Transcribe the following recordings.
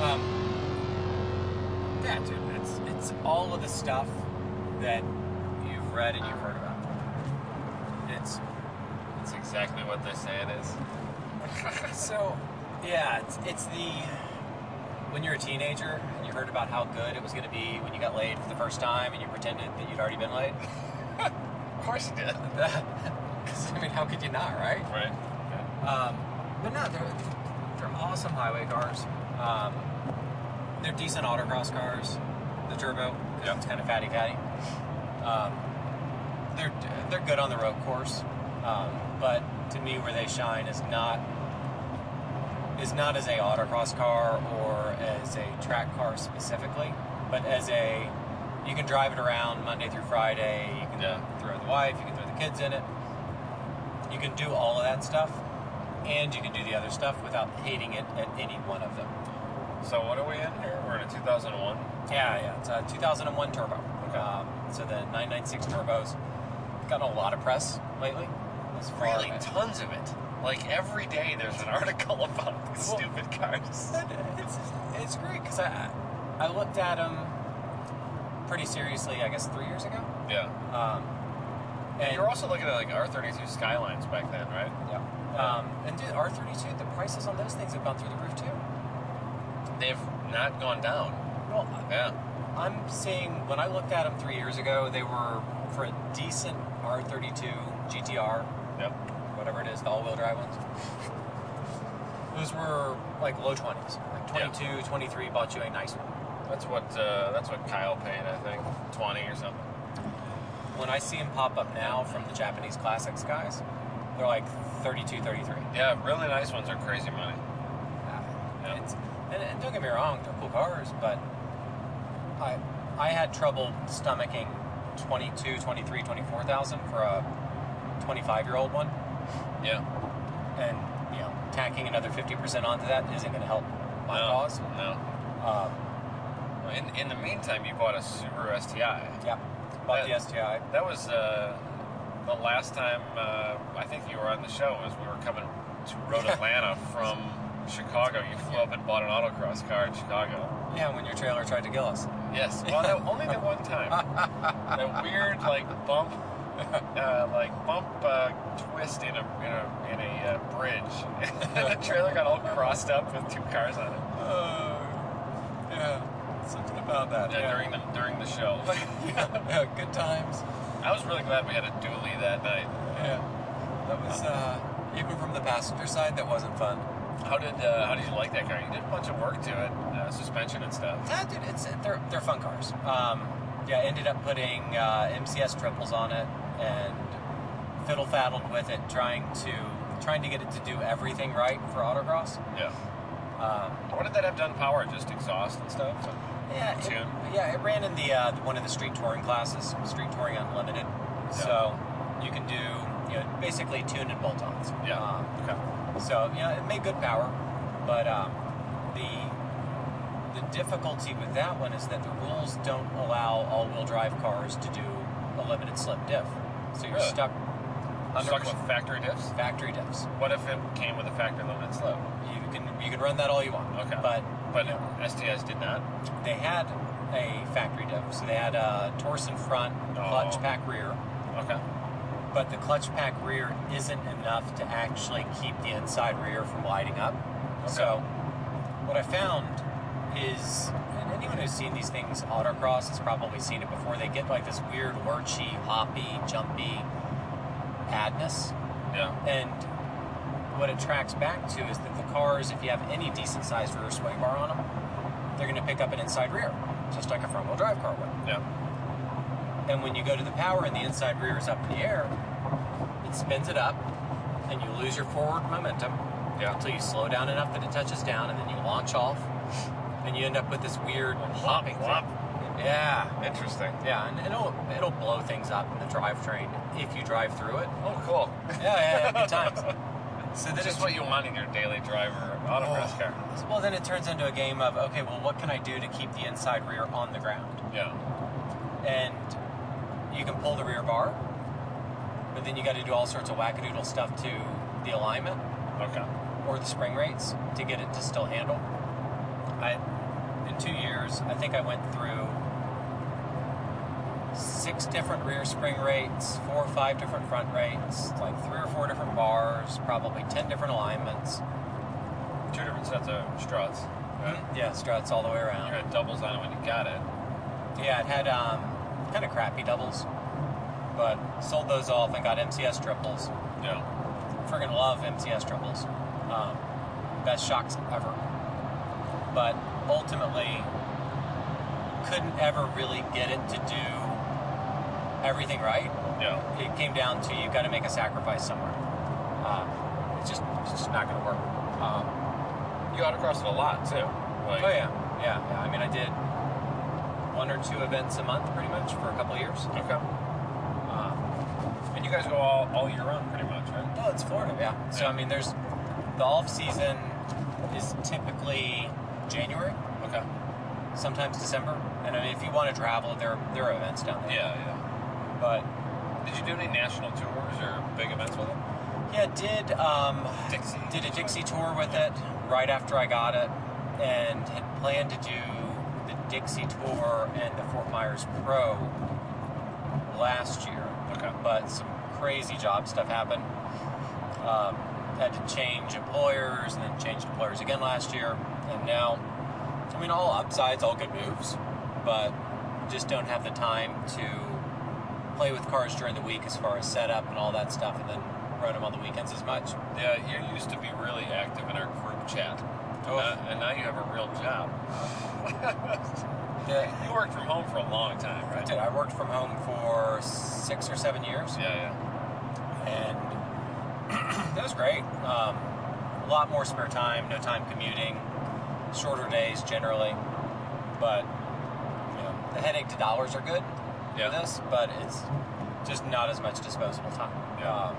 Um, That's exactly what they say it is. So, yeah, it's, it's the when you're a teenager and you heard about how good it was going to be when you got laid for the first time and you pretended that you'd already been laid. Of course you did. 'Cause, I mean, how could you not, right? Right. Yeah. Um, but no, they're they're awesome highway cars. Um, they're decent autocross cars. The turbo, 'cause Yep. it's kind of fatty fatty. Um, they're they're good on the road course, um, but to me, where they shine is not is not as a autocross car or as a track car specifically, but as a you can drive it around Monday through Friday. You can Yeah. throw the wife, you can throw the kids in it. You can do all of that stuff, and you can do the other stuff without hating it at any one of them. So what are we in here? We're in a 2001. Yeah, yeah. It's a 2001 turbo. Okay. Um, so the 996 turbos gotten a lot of press lately. As far Really, as- tons of it. Like every day, there's an article about these Well- stupid cars. But it's, it's great because I, I looked at them pretty seriously, I guess, three years ago. Yeah. Um, and And you were also looking at like R32 Skylines back then, right? yeah. Um, and dude, R32, the prices on those things have gone through the roof too. They've not gone down. Well, Yeah. I'm seeing when I looked at them three years ago, they were for a decent R32 GTR, Yep. whatever it is, the all-wheel drive ones. Those were like low 20s, like 22, 23. Bought you a nice one. That's what uh, that's what Kyle paid, I think, twenty or something. when I see them pop up now from the Japanese classics guys, they're like 32, 33. Yeah, really nice ones are crazy money. Yeah. It's, and, and don't get me wrong, they're cool cars, but I I had trouble stomaching 22, 23, 24,000 for a 25 year old one, Yeah. and you know tacking another 50% onto that isn't going to help my no, cause. No. Um, In in the meantime, you bought a Subaru STI. yeah, bought Yeah. the STI. That was uh, the last time uh, I think you were on the show. Was we were coming to Road Atlanta from Chicago. You flew up and bought an autocross car in Chicago. Yeah, when your trailer tried to kill us. Yes. Well, that, only the one time. That weird like bump, uh, like bump uh, twist in a in a, in a uh, bridge. the trailer got all crossed up with two cars on it. Uh, yeah, something about that. Yeah, During the during the show, yeah, good times. I was really glad we had a dually that night. Yeah, that was uh, even from the passenger side. That wasn't fun. How did uh, how did you like that car? You did a bunch of work to it, uh, suspension and stuff. Yeah, dude, it's they're they're fun cars. Um, yeah, ended up putting uh, MCS triples on it and fiddle faddled with it, trying to trying to get it to do everything right for autocross. Yeah. Um, What did that have done power? Just exhaust and stuff? yeah, it, Tune. yeah, it ran in the, uh, the one of the street touring classes, Street Touring Unlimited. So you can do you know basically tuned and bolt-ons. Yeah. Um, okay. So you know, it made good power, but um, the the difficulty with that one is that the rules don't allow all-wheel drive cars to do a limited slip diff. So you're Really? stuck I'm under stuck with factory diffs. factory diffs. What if it came with a factory limited slope? You can you can run that all you want. Oh. Okay. But But you know, STIs did not. they had a factory diff, so they had a torsion front, clutch Oh. pack rear. Okay. But the clutch pack rear isn't enough to actually keep the inside rear from lighting up. So, what I found is, and anyone who's seen these things autocross has probably seen it before, they get like this weird, lurchy, hoppy, jumpy madness. Yeah. And what it tracks back to is that the cars, if you have any decent sized rear sway bar on them, they're going to pick up an inside rear, just like a front wheel drive car would. Yeah. And when you go to the power and the inside rear is up in the air, it spins it up and you lose your forward momentum Yeah. until you slow down enough that it touches down and then you launch off and you end up with this weird Whop, hopping. thing. whop. Yeah. Interesting. Yeah, and it'll it'll blow things up in the drivetrain if you drive through it. Oh, cool. Yeah, yeah, yeah good times. So then This is it's- what you want in your daily driver autocross car. Well, then it turns into a game of okay, well, what can I do to keep the inside rear on the ground? Yeah. and you can pull the rear bar, but then you got to do all sorts of wackadoodle stuff to the alignment Okay. or the spring rates to get it to still handle. I in two years, I think I went through six different rear spring rates, four or five different front rates, like three or four different bars, probably ten different alignments. Two different sets of struts. Right? Yeah, struts all the way You around. had doubles on it when you got it. Yeah, it had um, kind of crappy doubles, but sold those off and got MCS triples. Yeah. Friggin' love MCS triples. Um, best shocks ever. But ultimately, couldn't ever really get it to do everything right. Yeah. It came down to you've got to make a sacrifice somewhere. Uh, it's just it's just not going to work. Um, You autocrossed it a lot too. Like, oh yeah, yeah, yeah. I mean, I did one or two events a month, pretty much, for a couple of years. Okay. Um, And you guys go all, all year round, pretty much, right? Well, it's Florida, yeah. So I mean, there's the off season is typically January, Okay. sometimes December, and I mean, if you want to travel, there there are events down there. Yeah, But yeah. Did you do any national tours or big events with them? yeah, did um, Dixie. did a Dixie tour with it right after I got it, and had planned to do the Dixie tour and the Fort Myers Pro last year. Okay. but some crazy job stuff happened. Um, had to change employers and then changed employers again last year. And now, I mean, all upsides, all good moves, but just don't have the time to play with cars during the week as far as setup and all that stuff, and then run them on the weekends as much. Yeah, you used to be really active in our group chat. Oh. Uh, and now you have a real job. you worked from home for a long time, right? Dude, I worked from home for six or seven years. Yeah, and that was great. Um, a lot more spare time, no time commuting, shorter days generally, but you know the headache to dollars are good yeah. for Yeah. this, but it's just not as much disposable time. Yeah. Um,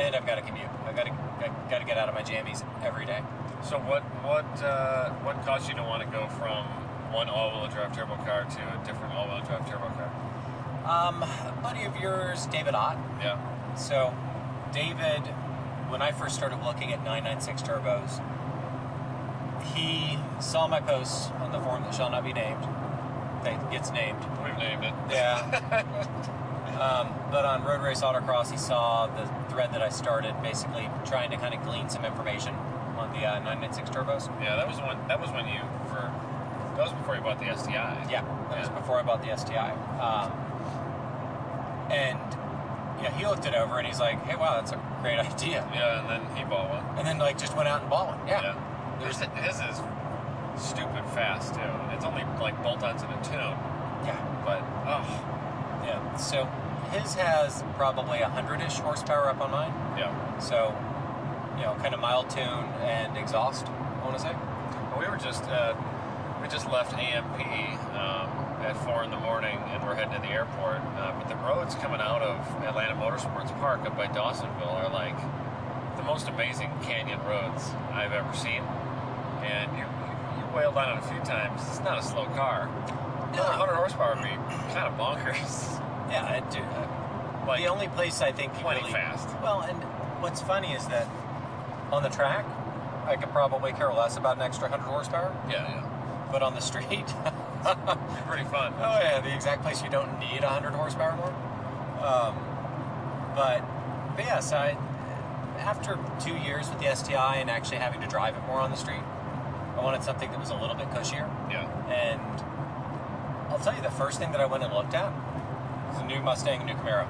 and I've got to commute. I've got to I've got to get out of my jammies every day. So what what uh, what caused you to want to go from one all-wheel drive turbo car to a different all-wheel drive turbo car? Um, a buddy of yours, David Ott, Yeah. So, David, when I first started looking at 996 turbos, he saw my post on the forum that shall not be named. That gets named. We've named it. Yeah. um, but on Road Race Autocross, he saw the thread that I started, basically trying to kind of glean some information on the uh, 996 turbos. Yeah, that was when that was when you were that was before you bought the STI. Yeah, that was Yeah. before I bought the STI. Um, and yeah, he looked it over and he's like, "Hey, wow, that's a great idea." Yeah, and then he bought one. And then like just went out and bought one. yeah. There's, his is stupid fast too. It's only like bolt-ons and a tune, yeah. but oh Yeah, so his has probably 100 ish horsepower up on mine. yeah. So, you know, kind of mild tune and exhaust, I want to say. We were just uh, we just left AMP um, at four in the morning, and we're heading to the airport. Uh, but the roads coming out of Atlanta Motorsports Park up by Dawsonville are like the most amazing canyon roads I've ever seen. And you you, you wailed on it a few times. It's not a slow car. No. 100 horsepower would be kind of bonkers. Yeah, I do. uh, Like the only place I think you plenty really. fast. Well, and what's funny is that on the track, I could probably care less about an extra 100 horsepower, Yeah, but on the street, yeah. Pretty fun. Oh yeah, the exact place you don't need 100 horsepower more. Um, but, but yeah, so I, after two years with the STI and actually having to drive it more on the street, I wanted something that was a little bit cushier. Yeah. And I'll tell you, the first thing that I went and looked at was a new Mustang, new Camaro,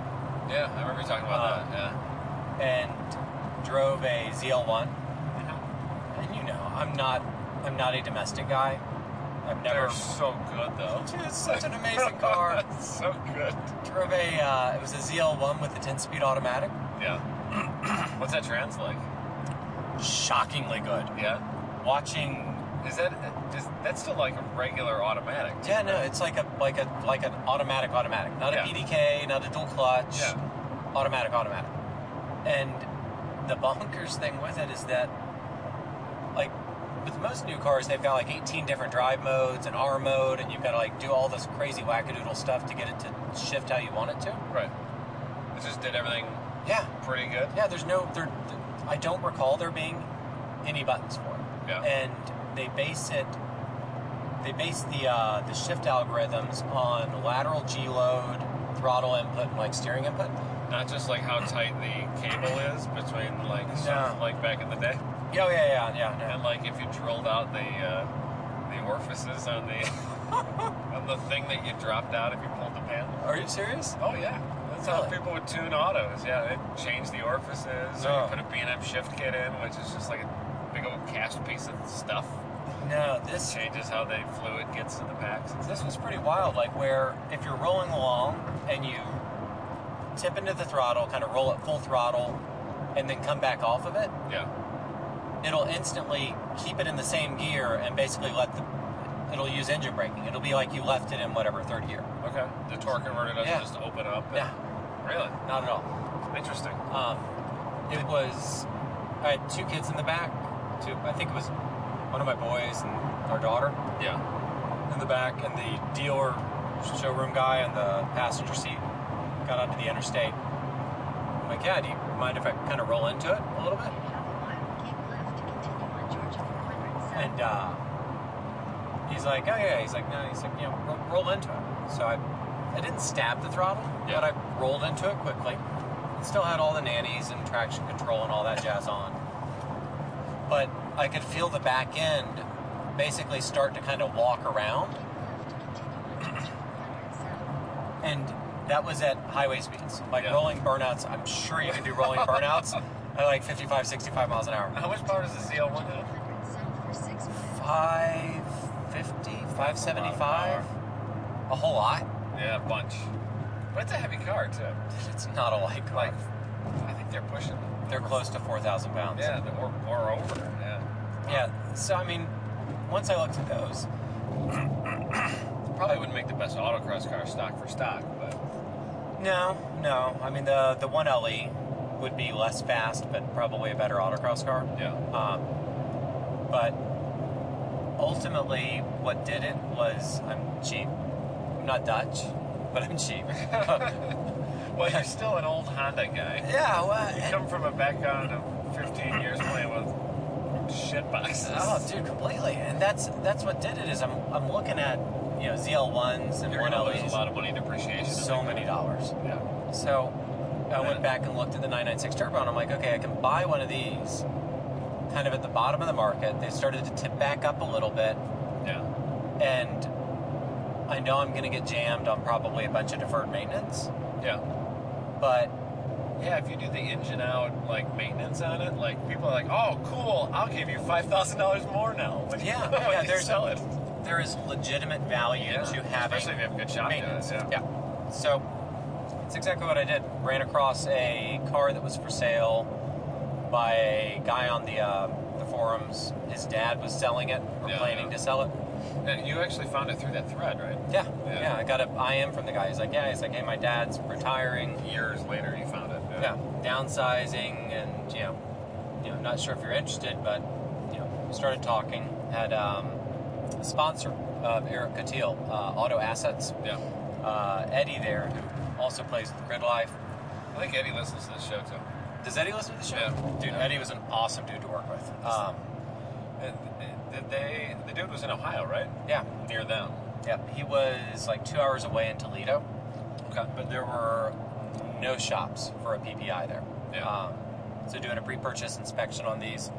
Yeah, I remember you talking about Uh, that. Yeah. and drove a ZL1. mm-hmm. And you know, I'm not, I'm not a domestic guy. I've never. They're so good though. It's such an amazing car. so good. Drove a, uh, it was a ZL1 with a 10-speed automatic. Yeah. What's that trans like? shockingly good. Yeah. Watching, Is that is, that's still like a regular automatic? yeah, no, it's like a like a like an automatic automatic, not Yeah. a PDK, not a dual clutch, Yeah. automatic automatic. And the bonkers thing with it is that, like, with most new cars, they've got like 18 different drive modes and R mode, and you've got to like do all this crazy wackadoodle stuff to get it to shift how you want it to. Right. It just did everything Yeah, pretty good. yeah. There's no there. I don't recall there being any buttons for it. Yeah. and they base it they base the uh, the shift algorithms on lateral G load throttle input and like steering input. Not just like how tight the cable is between like No. some, like back in the day, Yeah, yeah, yeah, yeah. and like if you drilled out the uh, the orifices on the on the thing that you dropped out if you pulled the panel. Are you serious? Oh yeah, that's how Really? people would tune autos. Yeah, they change the orifices, or Oh. you put a B&M shift kit in, which is just like a big old cast piece of stuff. No, this Changes how the fluid gets to the packs. and this was pretty wild. Like where if you're rolling along and you tip into the throttle, kind of roll it full throttle, and then come back off of it, stuff. Yeah, it'll instantly keep it in the same gear and basically let the it'll use engine braking. It'll be like you left it in whatever third gear. okay. The torque converter doesn't Yeah. just open up. and- Yeah, Really? not at all. Interesting. Um, it was I had two kids in the back. Two, I think it was one of my boys and our daughter Yeah. in the back, and the dealer showroom guy in the passenger seat got onto the interstate. I'm like, yeah, do you mind if I kind of roll into it a little bit? And uh, he's like, oh yeah. He's like, no. He's like, you know, ro- roll into it. So I, I didn't stab the throttle, Yeah. but I rolled into it quickly. It still had all the nannies and traction control and all that jazz on. But I could feel the back end basically start to kind of walk around, and that was at highway speeds, like Yeah. rolling burnouts. I'm sure you can do rolling burnouts at like 55, 65 miles an hour. How much power does the ZL1 have? 550, 575, a whole lot. Yeah, a bunch. But it's a heavy car too. It's not a light car. Like, I think they're pushing. They're close to 4,000 pounds. Yeah, the- or, or over. Yeah. Yeah, So, I mean, once I looked at those, Probably wouldn't make the best autocross car stock for stock, but no, no. I mean, the, the 1LE would be less fast, but probably a better autocross car. yeah. Um, but ultimately, what did it was I'm cheap. I'm not Dutch, but I'm cheap. Well, you're still an old Honda guy. yeah, well, You come from a background of 15 years playing with shit boxes. Oh, dude, completely. And that's that's what did it is I'm I'm looking at you know ZL ones and You're one gonna lose a LEs, lot of money in depreciation. so many dollars. Yeah. So I went back and looked at the 996 turbo, and I'm like, okay, I can buy one of these, kind of at the bottom of the market. They started to tip back up a little bit, Yeah. and I know I'm going to get jammed on probably a bunch of deferred maintenance, Yeah. but Yeah. If you do the engine out, like maintenance on it, like people are like, "Oh, cool! I'll give you five thousand dollars more now." When you- Yeah, when yeah, you there's- sell it. there is legitimate value Yeah. to having Especially if you have good shop maintenance. doors. Yeah. yeah. So it's exactly what I did. Ran across a car that was for sale by a guy on the uh, the forums. His dad was selling it or Yeah, planning yeah. to sell it. And you actually found it through that thread, right? Yeah, Yeah. yeah, I got a I am from the guy. He's like, yeah. He's like, hey, my dad's retiring. Years later, you found it. Yeah, downsizing, and you know, you know, not sure if you're interested, but you know, started talking. Had um, a sponsor of Eric Catil, uh, Auto Assets. Yeah. uh, Eddie there, who also plays with Grid Life. I think Eddie listens to this show too. Does Eddie listen to the show? Yeah. Dude, Yeah. Eddie was an awesome dude to work with. Um, And th- th- they, the dude was in Ohio, right? yeah, Near them. yeah. He was like two hours away in Toledo, Okay. but there were no shops for a PPI there. Yeah. Um, so doing a pre-purchase inspection on these.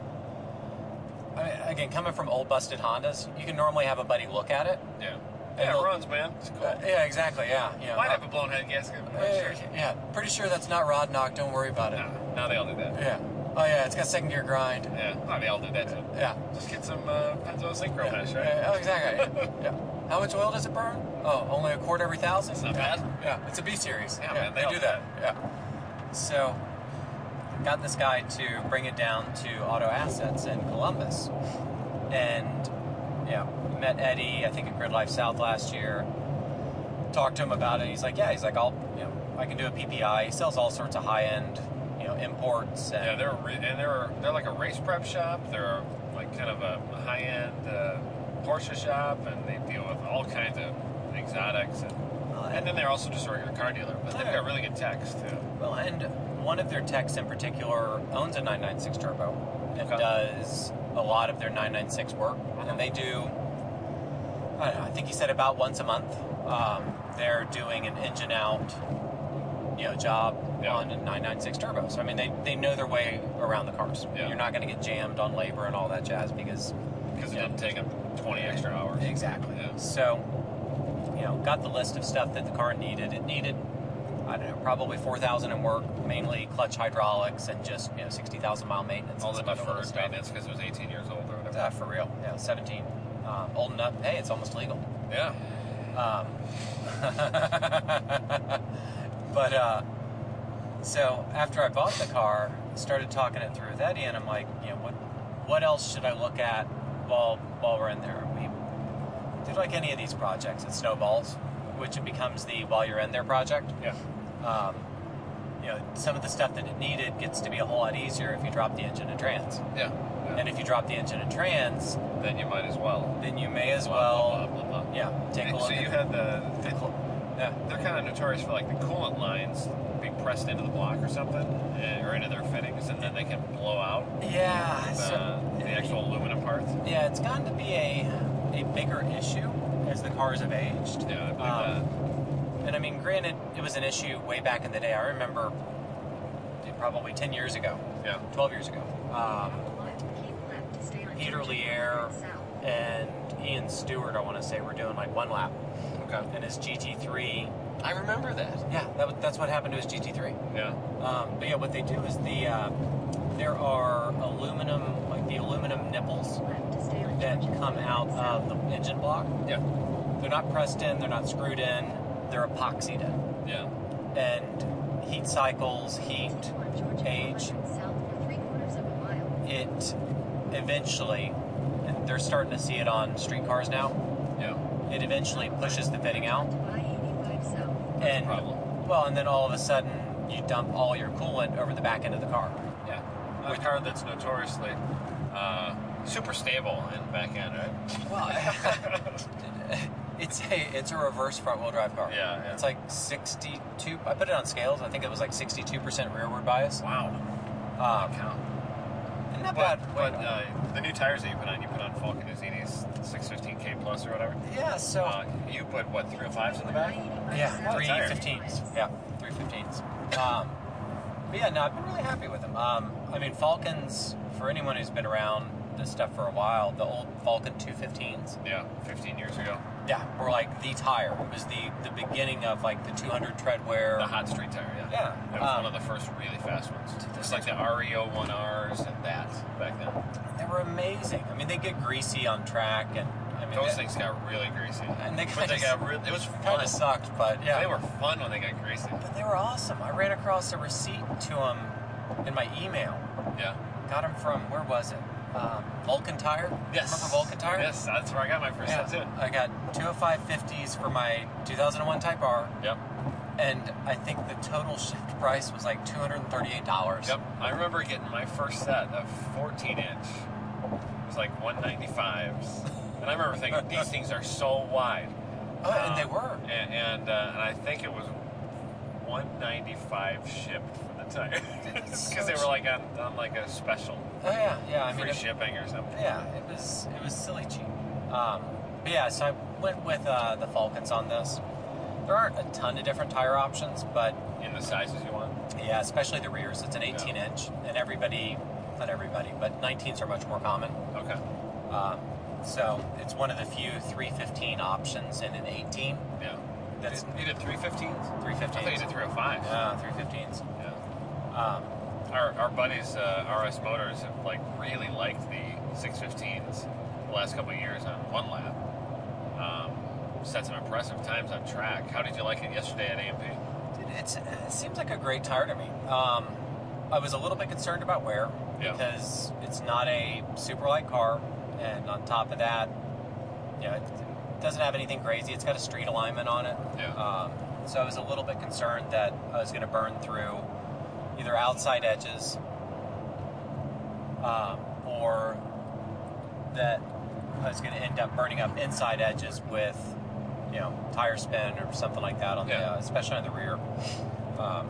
I mean, again, coming from old busted Hondas, you can normally have a buddy look at it. Yeah. And Yeah, it they'll- runs, man. It's cool. Uh, yeah, exactly. Yeah, yeah. Might have a blown head gasket. but Yeah, sure. yeah, yeah. Pretty sure that's not rod knock. Don't worry about it. No, no, they all do that. Yeah. Oh yeah, it's got second gear grind. Yeah, no, they all do that too. Yeah. Just get some uh, Penzo synchro Yeah, mesh, yeah, right? yeah, oh, exactly. Yeah. yeah. How much oil does it burn? Oh, only a quart every thousand. It's not bad. Yeah, it's a B series. Yeah, man, they do don't- that. Yeah. So, got this guy to bring it down to Auto Assets in Columbus, and yeah, met Eddie. I think at Grid Life South last year. Talked to him about it. He's like, yeah. He's like, I'll, you know, I can do a PPI. He sells all sorts of high end, you know, imports and Yeah, they're re- and they're they're like a race prep shop. They're like kind of a high end uh, Porsche shop, and they deal with all kinds of exotics. And, and then they're also just a regular car dealer, but they've got really good techs too. Well, and one of their techs in particular owns a 996 turbo and Okay. does a lot of their 996 work. And they do, I don't know, I think he said about once a month, um, they're doing an engine out, you know, job Yeah. on a 996 turbo. So I mean, they, they know their way around the cars. Yeah. You're not going to get jammed on labor and all that jazz because because it Yeah. didn't take them 20 extra hours. Exactly. Yeah. So, you know, got the list of stuff that the car needed. It needed, I don't know, probably 4,000 in work, mainly clutch hydraulics and just, you know, 60,000 mile maintenance. All the and some other little deferred stuff. maintenance because it was 18 years old or whatever. Ah, for real. Yeah, 17. Um, old enough. Hey, it's almost legal. Yeah. Um, but uh, so after I bought the car, started talking it through with Eddie, and I'm like, you know, what what else should I look at while while we're in there? We did like any of these projects, it snowballs, which it becomes the while you're in there project. Yeah. Um, you know, some of the stuff that it needed gets to be a whole lot easier if you drop the engine in trans. Yeah. And if you drop the engine in trans, then you might as well. then you may as Blah, well, blah, blah, blah. yeah, take a so look. you at had the, the cl- yeah, they're kind of notorious for like the coolant lines being pressed into the block or something, eh, or into their fittings, and then they can blow out Yeah. the, so, the actual aluminum parts. Yeah, it's gotten to be a, a bigger issue as the cars have aged. Yeah, I believe Um, And I mean, granted, it was an issue way back in the day. I remember probably 10 years ago, that. Yeah. 12 years ago. Um, Peter Peter Lear and Ian Stewart, I want to say, were doing like one lap. Okay. And his GT3, I remember that. yeah, that, was- that's what happened to his GT3. Yeah. Um, but yeah, what they do is the uh, there are aluminum, like the aluminum nipples that come out of the engine block. Yeah. They're not pressed in, they're not screwed in, they're epoxied in. Yeah. And heat cycles, heat, age, age. it eventually, and they're starting to see it on street cars now, Yeah. it eventually pushes the fitting out. That's a And, problem. well, and then all of a sudden, you dump all your coolant over the back end of the car. Yeah. A car that's notoriously uh, super stable in the back end, right? Well, it's a it's a reverse front wheel drive car. Yeah, yeah. It's like sixty two. I put it on scales. I think it was like sixty two percent rearward bias. Wow. Um, Count. and not But, bad. but uh, the new tires that you put on, you put on Falconizini's 615K plus or whatever. yeah. So Uh, you put what 305s in the back? yeah, Wow, three tires. fifteens. Yeah, three fifteens. Um, but yeah, no, I've been really happy with them. Um, I mean, Falcons for anyone who's been around this stuff for a while, the old Falcon two fifteens. Yeah, 15 years ago. Yeah, were like the tire. It was the the beginning of like the two hundred treadwear. The hot street tire, yeah. Yeah. That was Um, one of the first really fast ones. It's like the E REO1Rs and that back then. They were amazing. I mean, they get greasy on track, and I mean, Those they, things got really greasy. And they but they kinda- got really, it was kind fun. of sucked, but yeah, They were fun when they got greasy. But they were awesome. I ran across a receipt to them in my email. Yeah. Got them from where was it? Um, Vulcan Tire. Yes. Remember Vulcan Tire? Yes, that's where I got my first Yeah. set too. I got two of five fifties for my 2001 Type R, Yep. and I think the total shipped price was like 238 dollars. Yep. I remember getting my first set of 14 inch. It was like 195s. And I remember thinking, these things are so wide. Oh, and they Um, were. a- And and, uh, and I think it was 195 shipped for the tire because they were like on, on like a special Oh yeah, yeah. I free mean, it- shipping or something. Yeah, it was it was silly cheap. Um, but yeah, so I went with uh, the Falcons on this. There aren't a ton of different tire options, but In the sizes you want. yeah, especially the rears. It's an 18 inch, and everybody, not everybody, but 19s are much more common. Okay. Um, so it's one of the few 315 options in an 18. Yeah. That's you did 315s. I thought you 315s. did 305s. Yeah, 315s. yeah. Um, Our, our buddies, uh, RS Motors, have like really liked the 615s the last couple of years on one lap. Um, set some impressive times on track. How did you like it yesterday at AMP? Dude, it's, it seems like a great tire to me. Um, I was a little bit concerned about wear Yeah. because it's not a super light car, and on top of that, you know, it doesn't have anything crazy. It's got a street alignment on it, Yeah. um, so I was a little bit concerned that I was going to burn through either outside edges um, or that I was going to end up burning up inside edges with, you know, tire spin or something like that on the, Yeah. uh, especially on the rear. Um,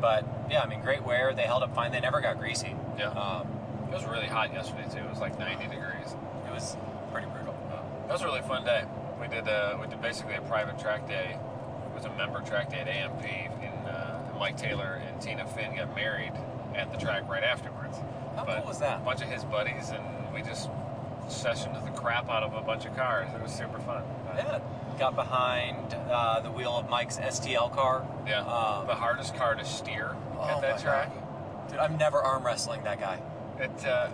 but yeah, I mean, great wear. They held up fine. They never got greasy. Yeah. Um, It was really hot yesterday too. It was like 90 degrees. it was pretty brutal. Uh, It was a really fun day. We did uh, we did basically a private track day was a member track day at AMP, and uh, Mike Taylor and Tina Finn got married at the track right afterwards. How but cool was A that? bunch of his buddies, and we just sessioned the crap out of a bunch of cars. It was super fun. Uh, Yeah. Got behind uh, the wheel of Mike's STL car. Yeah. Um, the hardest car to steer oh at that my track. God. Dude, I'm never arm wrestling that guy. It, uh,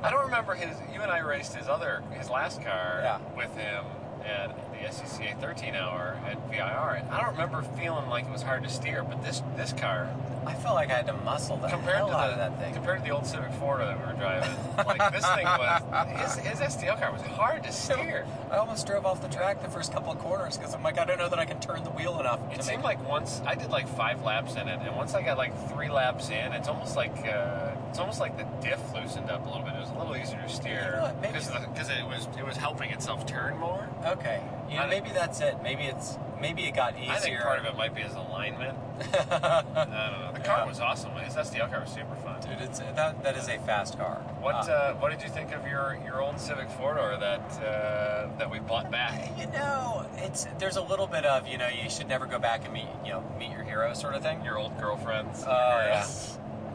I don't remember his. You and I raced his other, his last car Yeah. with him at the SCCA 13 hour at VIR. And I don't remember feeling like it was hard to steer, but this this car I felt like I had to muscle the compared hell to out the, of that thing. compared to the old Civic Florida that we were driving, like this thing was his, his STL car was hard to steer. I almost drove off the track the first couple of corners because I'm like, I don't know that I can turn the wheel enough to It make seemed like once I did like five laps in it, and once I got like three laps in, it's almost like uh, it's almost like the diff loosened up a little bit. It was a little easier You to know steer what, maybe- because it was it was helping itself turn more. Okay. You know, I think- maybe that's it. Maybe it's maybe it got easier. I think part of it might be his alignment. I don't know. The Yeah. car was awesome. His STL car was super fun. Dude, it's that that is a fast car. What Uh, uh, what did you think of your your old Civic four door that uh, that we bought back? you know, it's there's a little bit of you know you should never go back and meet you know meet your hero sort of thing. Your old girlfriend's. Oh yeah.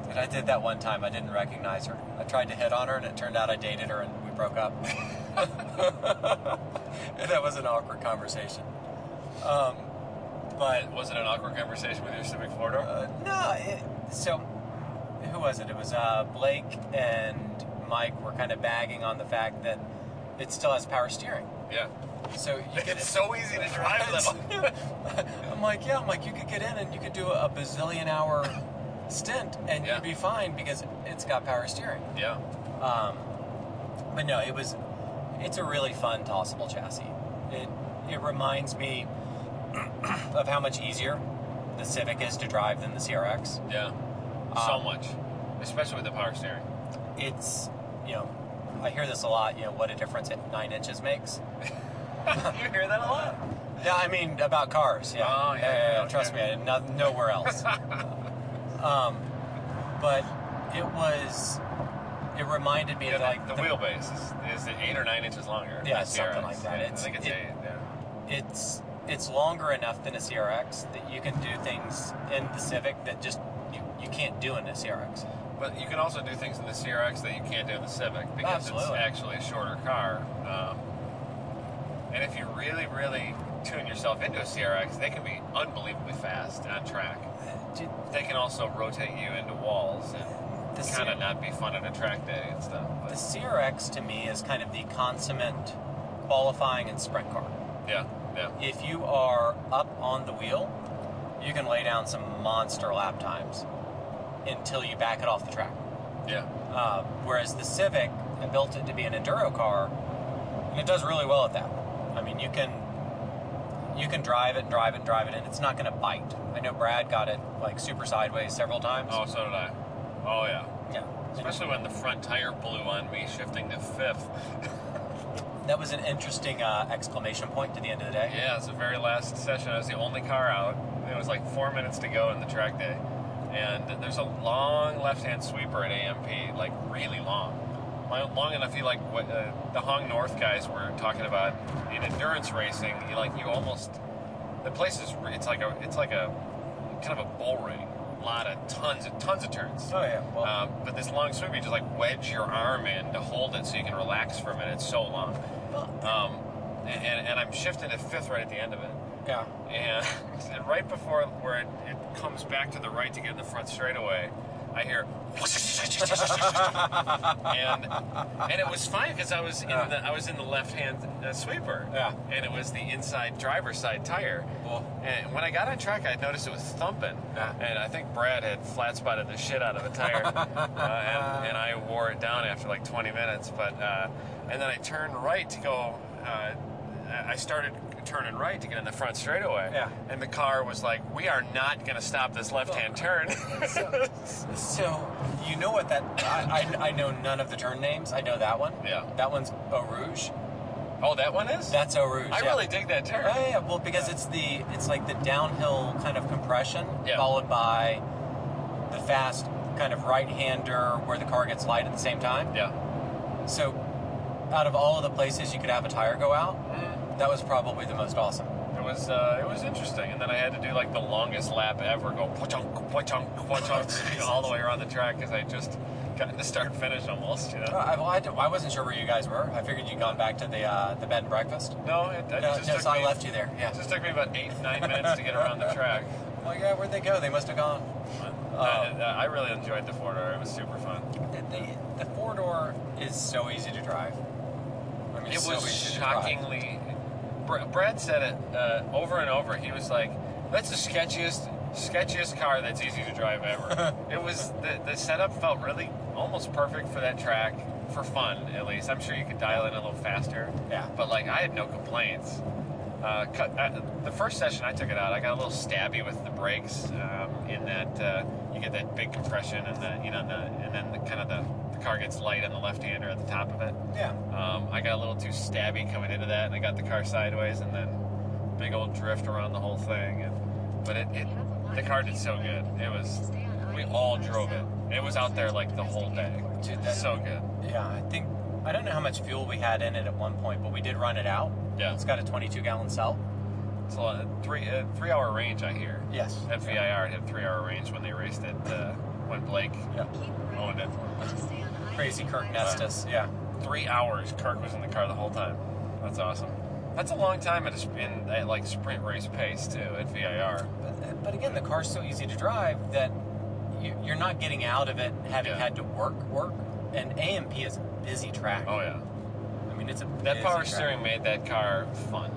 And I did that one time. I didn't recognize her. I tried to hit on her, and it turned out I dated her, and we broke up. that was an awkward conversation. Um, but But Uh, was it an awkward conversation with your Civic four door? Uh, no, it, so who was it? It was uh, Blake and Mike were kind of bagging on the fact that it still has power steering. yeah. So you could. It's so easy to drive that. I'm like, yeah, I'm like, you could get in and you could do a bazillion hour stint and Yeah. you'd be fine because it's got power steering. Yeah. Um, but no, it was. It's a really fun tossable chassis. It it reminds me of how much easier the Civic is to drive than the CRX. Yeah. so Um, much. Especially with the power steering. it's you know I hear this a lot. You know what a difference it- nine inches makes. you hear that a lot? Yeah, I mean about cars. Yeah, Oh, yeah, yeah, okay. Trust me, I did not, nowhere else. um, but it was it reminded me Yeah, of like the, the wheelbase is, is it eight or nine inches longer. Yeah, than it's something CRX? like that. Yeah, It's- I think it's it- eight. Yeah. It's it's longer enough than a CRX that you can do things in the Civic that just you, you can't do in a CRX. But you can also do things in the CRX that you can't do in the Civic because Absolutely. it's actually a shorter car. Um, and if you really, really tune yourself into a CRX, they can be unbelievably fast on track. Dude, They can also rotate you into walls and the kind CRX of not be fun on a track day and stuff. The But CRX to me is kind of the consummate qualifying and sprint car. yeah, yeah, If you are up on the wheel, you can lay down some monster lap times until you back it off the track. yeah. Uh, whereas the Civic, I built it to be an enduro car, and it does really well at that. I mean, you can you can drive it and drive it and drive it, and it's not going to bite. I know Brad got it like super sideways several times. Oh, so did I. Oh, yeah. yeah. Especially when the front tire blew on me shifting to fifth. That was an interesting uh, exclamation point to the end of the day. Yeah, it was the very last session. I was the only car out. It was like four minutes to go in the track day. And there's a long left hand sweeper at AMP, like really long. Long long enough, you like what uh, the Hong North guys were talking about in endurance racing. You like you almost the place is re- it's like a it's like a kind of a bull ring, a lot of tons of tons of turns. Oh yeah. Well, Um, but this long sweeper, you just like wedge your arm in to hold it so you can relax for a minute. It's so long. Um, and, and, and I'm shifting to fifth right at the end of it. yeah. And, and right before where it, it comes back to the right to get in the front straightaway, I hear. and and it was fine because I was in Yeah. the I was in the left hand uh, sweeper. Yeah. And it was the inside driver's side tire. Well, And when I got on track, I noticed it was thumping, Yeah. and I think Brad had flat spotted the shit out of the tire, uh, and, and I wore it down after like 20 minutes. But uh, and then I turned right to go. Uh, I started turning right to get in the front straightaway, Yeah. and the car was like, "We are not going to stop this left-hand Oh. turn." So you know what that? I, I, I know none of the turn names. I know that one. Yeah. That one's Eau Rouge. oh, that one is. That's Eau Rouge. I yeah. really dig that turn. Oh, yeah, yeah. Well, because it's the it's like the downhill kind of compression Yeah. followed by the fast kind of right hander where the car gets light at the same time. Yeah. Mm-hmm. So out of all of the places you could have a tire go out, that was probably the most awesome. It was uh, it was interesting, and then I had to do like the longest lap ever, go pochunk, pochunk, pochunk, all the way around the track because I just got to start finish almost, you Uh, know. I, well, I, d- I wasn't sure where you guys were. I figured you'd gone back to the uh, the bed and breakfast. No, it, it No, just no, took so I me, left you there. Yeah. It just took me about eight nine minutes to get around the track. I'm like, yeah, where'd they go? They must have gone. But uh, Oh. I, I really enjoyed the four door. It was super fun. The, the, the four door is so easy to drive. I mean, It it's so was easy to drive. shockingly. Br- Brad said it uh, over and over. He was like, "That's the sketchiest, sketchiest car that's easy to drive ever." it was the, the setup felt really almost perfect for that track for fun, at least. I'm sure you could dial in a little faster. Yeah. But like, I had no complaints. Uh, cut, uh, the first session I took it out, I got a little stabby with the brakes. Um, in that uh, you get that big compression, and the you know, the, and then the, kind of the, the car gets light on the left hander at the top of it. Yeah. Um, I got a little too stabby coming into that, and I got the car sideways, and then big old drift around the whole thing. And, but it, it, the car did so good. It was, we all drove it. It was out there like the whole day. Dude, that- so good. Yeah, I think I don't know how much fuel we had in it at one point, but we did run it out. Yeah. It's got a 22 gallon cell. It's a lot. Three, uh, three hour range, I hear. Yes. At VIR, it had three hour range when they raced it uh, when Blake Yeah. Oh, owned it. Crazy Kirk Nestis. Yeah. Three hours, Kirk was in the car the whole time. That's awesome. That's a long time at, a, sp- in, at like sprint race pace too at VIR. But, but again, the car's so easy to drive that you, you're not getting out of it having Yeah. had to work, work. And AMP is a busy track. Oh yeah. I mean, it's a That busy power track. steering made that car fun.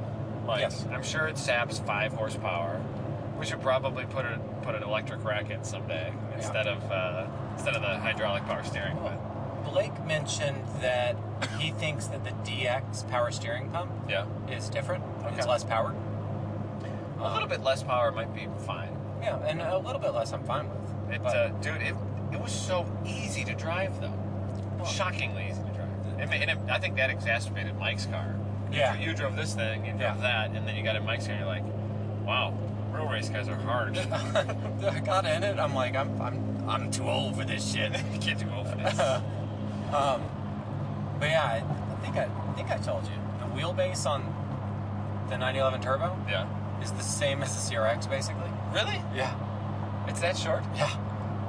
Like Yes. I'm sure it saps five horsepower. We should probably put a put an electric racket someday instead of uh, instead of the hydraulic power steering. But Blake mentioned that he thinks that the DX power steering pump yeah, is different. Okay. It's less powered. Uh, a little bit less power might be fine. Yeah, and a little bit less I'm fine with. It, But- uh, dude, it, it was so easy to drive though, shockingly easy to drive. It, ma- and it, I think that exacerbated Mike's car. You Yeah. dro- you drove this thing, you drove Yeah. that, and then you got in Mike's car, and you're like, wow, real race cars are hard. I got in it. I'm like, I'm, I'm, I'm too old for this shit. you can't do well for this. Um, but yeah, I, I think I, I think I told you the wheelbase on the 911 Turbo yeah. is the same as the CRX, basically. Really? Yeah, It's that short? yeah,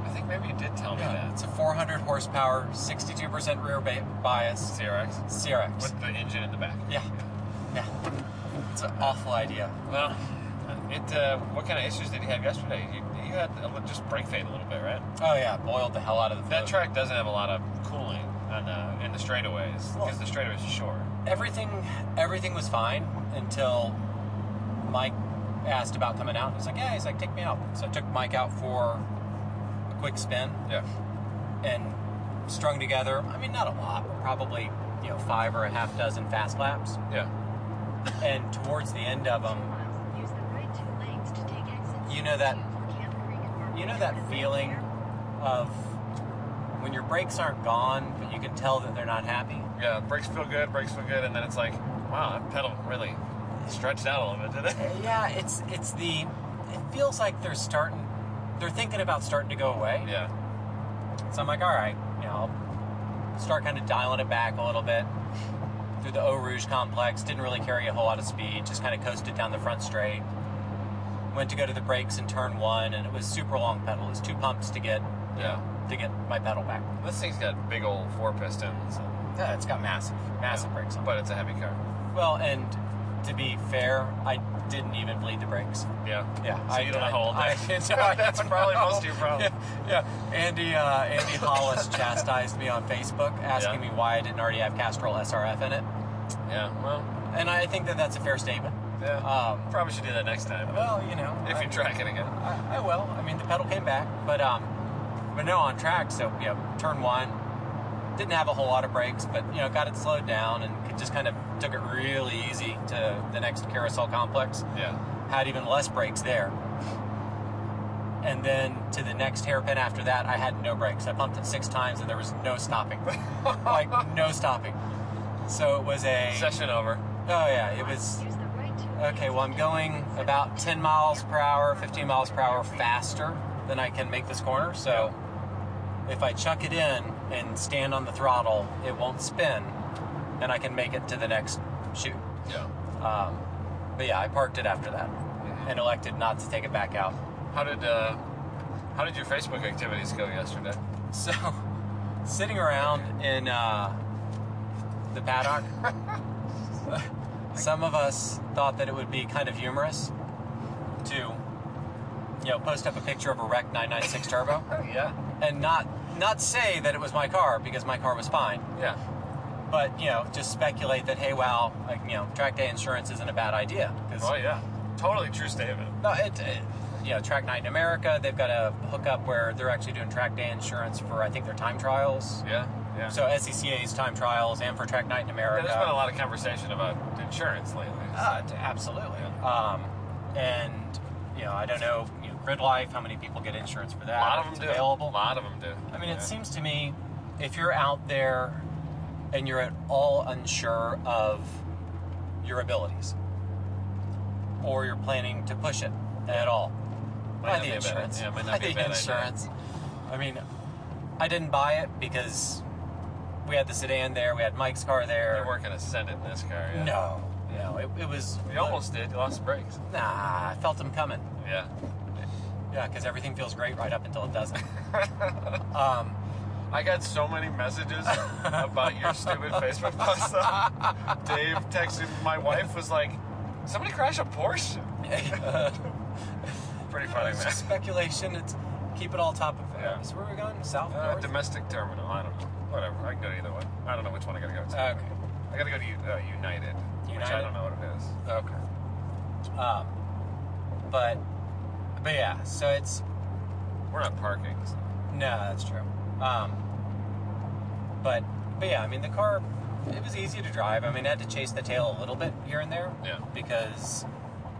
I think maybe you did tell me yeah. It's a 400 horsepower, 62% rear ba- bias that. CRX CRX. with the engine in the back. Yeah, yeah. It's an awful idea. Well, it. Uh, what kind of issues did you have yesterday? You, you had a, li- just brake fade a little bit, right? Oh yeah, boiled the hell out of the. fluid. That track doesn't have a lot of cooling on the, in the straightaways Well- because the straightaways are short. everything everything was fine until Mike asked about coming out. He's like, yeah, he's like, take me out. So I took Mike out for a quick spin Yeah. and strung together. I mean, not a lot, but probably you know five or a half dozen fast laps. Yeah. And towards the end of um, them, You know that. you know that feeling of when your brakes aren't gone, but you can tell that they're not happy. Yeah. Brakes feel good. Brakes feel good, and then it's like, wow, that pedal really stretched out a little bit, did it? Yeah, it's it's the it feels like they're starting. They're thinking about starting to go away. Yeah. So I'm like, all right, you know, I'll start kind of dialing it back a little bit through the Eau Rouge complex. Didn't really carry a whole lot of speed, just kind of coasted down the front straight. Went to go to the brakes in turn one, and it was super long pedal. It was two pumps to get Yeah. to get my pedal back. This thing's got big old four pistons, and, Yeah, it's got massive, massive brakes on. it. but it's a heavy car. Well, and to be fair, I didn't even bleed the brakes. Yeah. Yeah, So you don't know how old I, that is. I don't That's probably know. most of your problem. Yeah, yeah. Andy uh, Andy Hollis chastised me on Facebook, asking Yeah. me why I didn't already have Castrol SRF in it, Yeah. Well. and I think that that's a fair statement. Yeah. Um, Uh, Probably should do that next time. Well, you know, If I, you track it again. I, I will. I mean, the pedal came back, but um, but no, on track. So yeah, turn one didn't have a whole lot of brakes, but you know, got it slowed down and could just kind of took it really easy to the next carousel complex. Yeah. had even less brakes there. And then to the next hairpin after that, I had no brakes. I pumped it six times and there was no stopping. like, no stopping. So it was a. Session over. Oh, yeah, it was. Okay, well, I'm going about 10 miles per hour, 15 miles per hour faster than I can make this corner. So if I chuck it in and stand on the throttle, it won't spin and I can make it to the next shoot. Yeah. Um, But yeah, I parked it after that and elected not to take it back out. How did uh, how did your Facebook activities go yesterday? So, sitting around in uh, the paddock, some of us thought that it would be kind of humorous to, you know, post up a picture of a wrecked 996 Turbo Yeah, and not not say that it was my car because my car was fine, yeah, but you know, just speculate that hey, wow, like you know, track day insurance isn't a bad idea because oh yeah, totally true statement. No, it, it, you know, Track Night in America, they've got a hookup where they're actually doing track day insurance for, I think, their time trials. Yeah, yeah. So uh, SECA's time trials and for Track Night in yeah, America. there's been a lot of conversation about insurance lately. Ah, d- absolutely. Um, and, you know, I don't know, you know, Grid Life, how many people get insurance for that? a lot of if them it's do. available. A lot of them do. I mean, it Yeah. seems to me if you're out there and you're at all unsure of your abilities or you're planning to push it at all, Might buy not be the a bad- insurance. yeah, might not buy be a the bad idea. insurance. I mean, I didn't buy it because we had the sedan there, we had Mike's car They there. weren't gonna send it in this car. Yeah. No, no, it, it was. You almost did. You lost the brakes. Nah, I felt him coming. Yeah. Yeah, because everything feels great right up until it doesn't. um, I got so many messages about your stupid Facebook post. though. Dave texted my wife was like, "Somebody crash a Porsche." Pretty funny, It's just man. speculation. It's keep it all top of Yeah. Is where we're going? South. Uh, north? domestic terminal. I don't know. Whatever. I can go either way. I don't know which one I gotta go to. okay. I gotta go to U- uh, United, which I United? don't know what it is. Okay. Um, but but yeah. So it's We're not parking. So. no, that's true. Um, but but yeah. I mean, the car it was easy to drive. I mean, I had to chase the tail a little bit here and there. Yeah. Because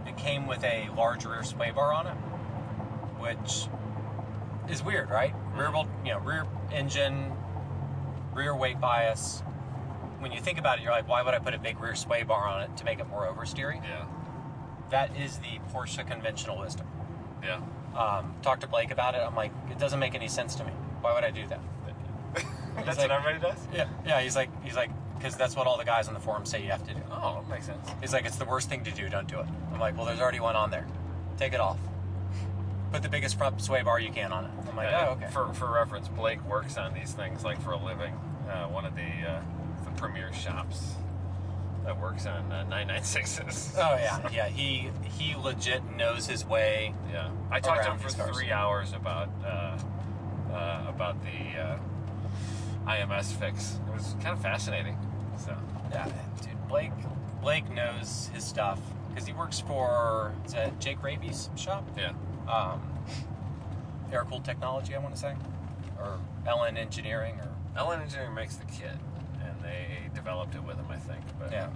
it came with a large rear sway bar on it, which is weird, right? Rear, wheel- you know, rear engine, rear weight bias. When you think about it, you're like, why would I put a big rear sway bar on it to make it more oversteery? Yeah. That is the Porsche conventional wisdom. Yeah. Um, talked to Blake about it. I'm like, it doesn't make any sense to me. Why would I do that? That's like- what everybody does. Yeah, yeah. He's like, he's like, because that's what all the guys on the forum say you have to do. Oh, that makes sense. He's like, it's the worst thing to do. Don't do it. I'm like, well, there's already one on there. Take it off. Put the biggest front sway bar you can on it. I'm like, Yeah, oh, okay. uh, For, for reference, Blake works on these things like for a living. Uh, one of the uh, the premier shops that works on uh, 996s. oh yeah, yeah. He he legit knows his way. Yeah, I talked to Around him for these cars. three hours about uh, uh, about the uh, IMS fix. It was kind of fascinating. So Yeah, dude. Blake Blake knows his stuff because he works for is that Jake Raby's shop. yeah, Um, air cooled technology, I want to say, or LN Engineering, or Ellen Engineering makes the kit, and they developed it with him, I think. But yeah.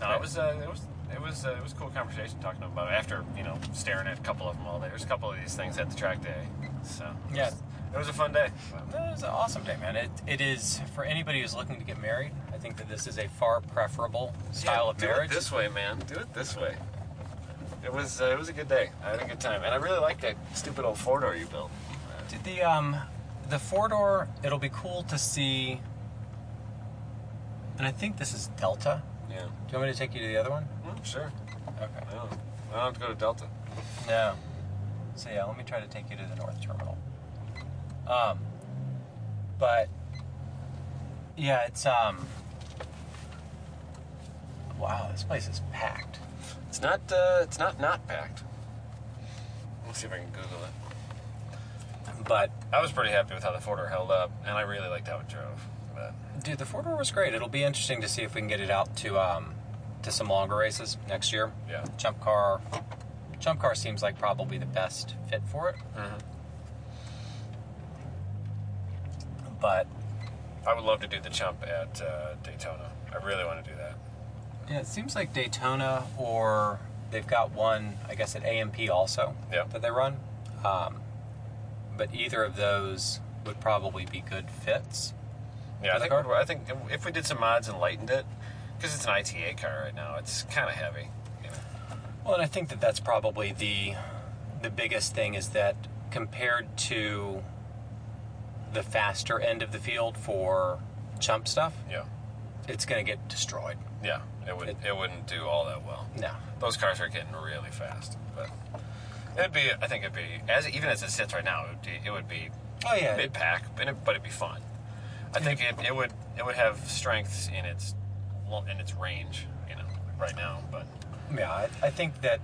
No, it was uh, it was it was uh, it was a cool conversation talking to him about it after you know staring at a couple of them all day. There's a couple of these things at the track day, so it Yeah. was- it was a fun day. No, it was an awesome day, man. It, it is for anybody who's looking to get married. I think that this is a far preferable style Yeah, of marriage. Do it this way, man. Do it this way. It was uh, it was a good day. I had a good time, and I really liked that stupid old four door you built. Did the um, the four door? It'll be cool to see. And I think this is Delta. Yeah, Do you want me to take you to the other one? Mm, sure. Okay. Yeah. I don't have to go to Delta. No. So yeah, let me try to take you to the north terminal. Um, but yeah, it's um. Wow, this place is packed. It's not uh, it's not not packed. Let's see if I can Google it. But I was pretty happy with how the four door held up, and I really liked how it drove. But dude, the four door was great. It'll be interesting to see if we can get it out to um to some longer races next year. yeah. Jump car, jump car seems like probably the best fit for it. But I would love to do the jump at uh, Daytona. I really want to do that. Yeah, it seems like Daytona or they've got one, I guess, at AMP also Yeah. that they run. Um, but either of those would probably be good fits. Yeah, For I the think car? we'd- I think if we did some mods and lightened it, because it's an ITA car right now, it's kind of heavy. You know? Well, and I think that that's probably the the biggest thing is that compared to the faster end of the field for chump stuff, Yeah. it's going to get destroyed. Yeah, it would. It, It- wouldn't do all that well. No. Those cars are getting really fast, but it'd be. I think it'd be as even as it sits right now. It would be. It would be Oh yeah. mid pack, but, it, but it'd be fun. I think it, it would. It would have strengths in its lo- in its range. You know, right now, but Yeah, I, I think that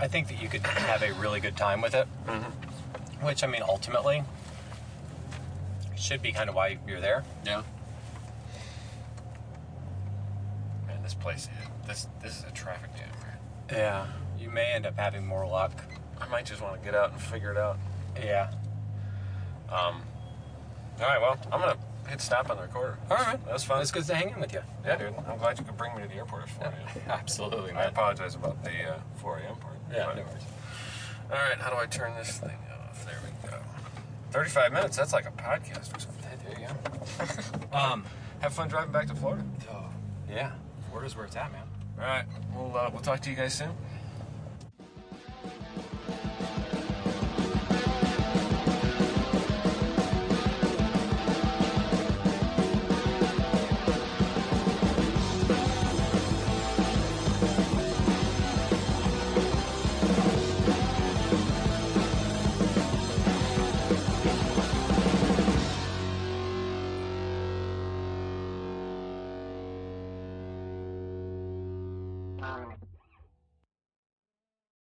I think that you could have a really good time with it. Which I mean, ultimately, should be kind of why you're there. yeah. Man, this place. Is, this this is a traffic jam. man. Yeah, you may end up having more luck. I might just want to get out and figure it out. Yeah. Um. All right. Well, I'm gonna hit stop on the recorder. All right. That was fun. It's good to hang in with you. Yeah, dude. I'm glad you could bring me to the airport at 4 a.m. Absolutely, I apologize about the uh, 4 a.m. part. Yeah, but- no worries. All right, how do I turn this thing off? There we go. 35 minutes. That's like a podcast or something. There you go. um. Have fun driving back to Florida. Yeah. Florida's where it's at, man. All right. We'll uh, we'll talk to you guys soon.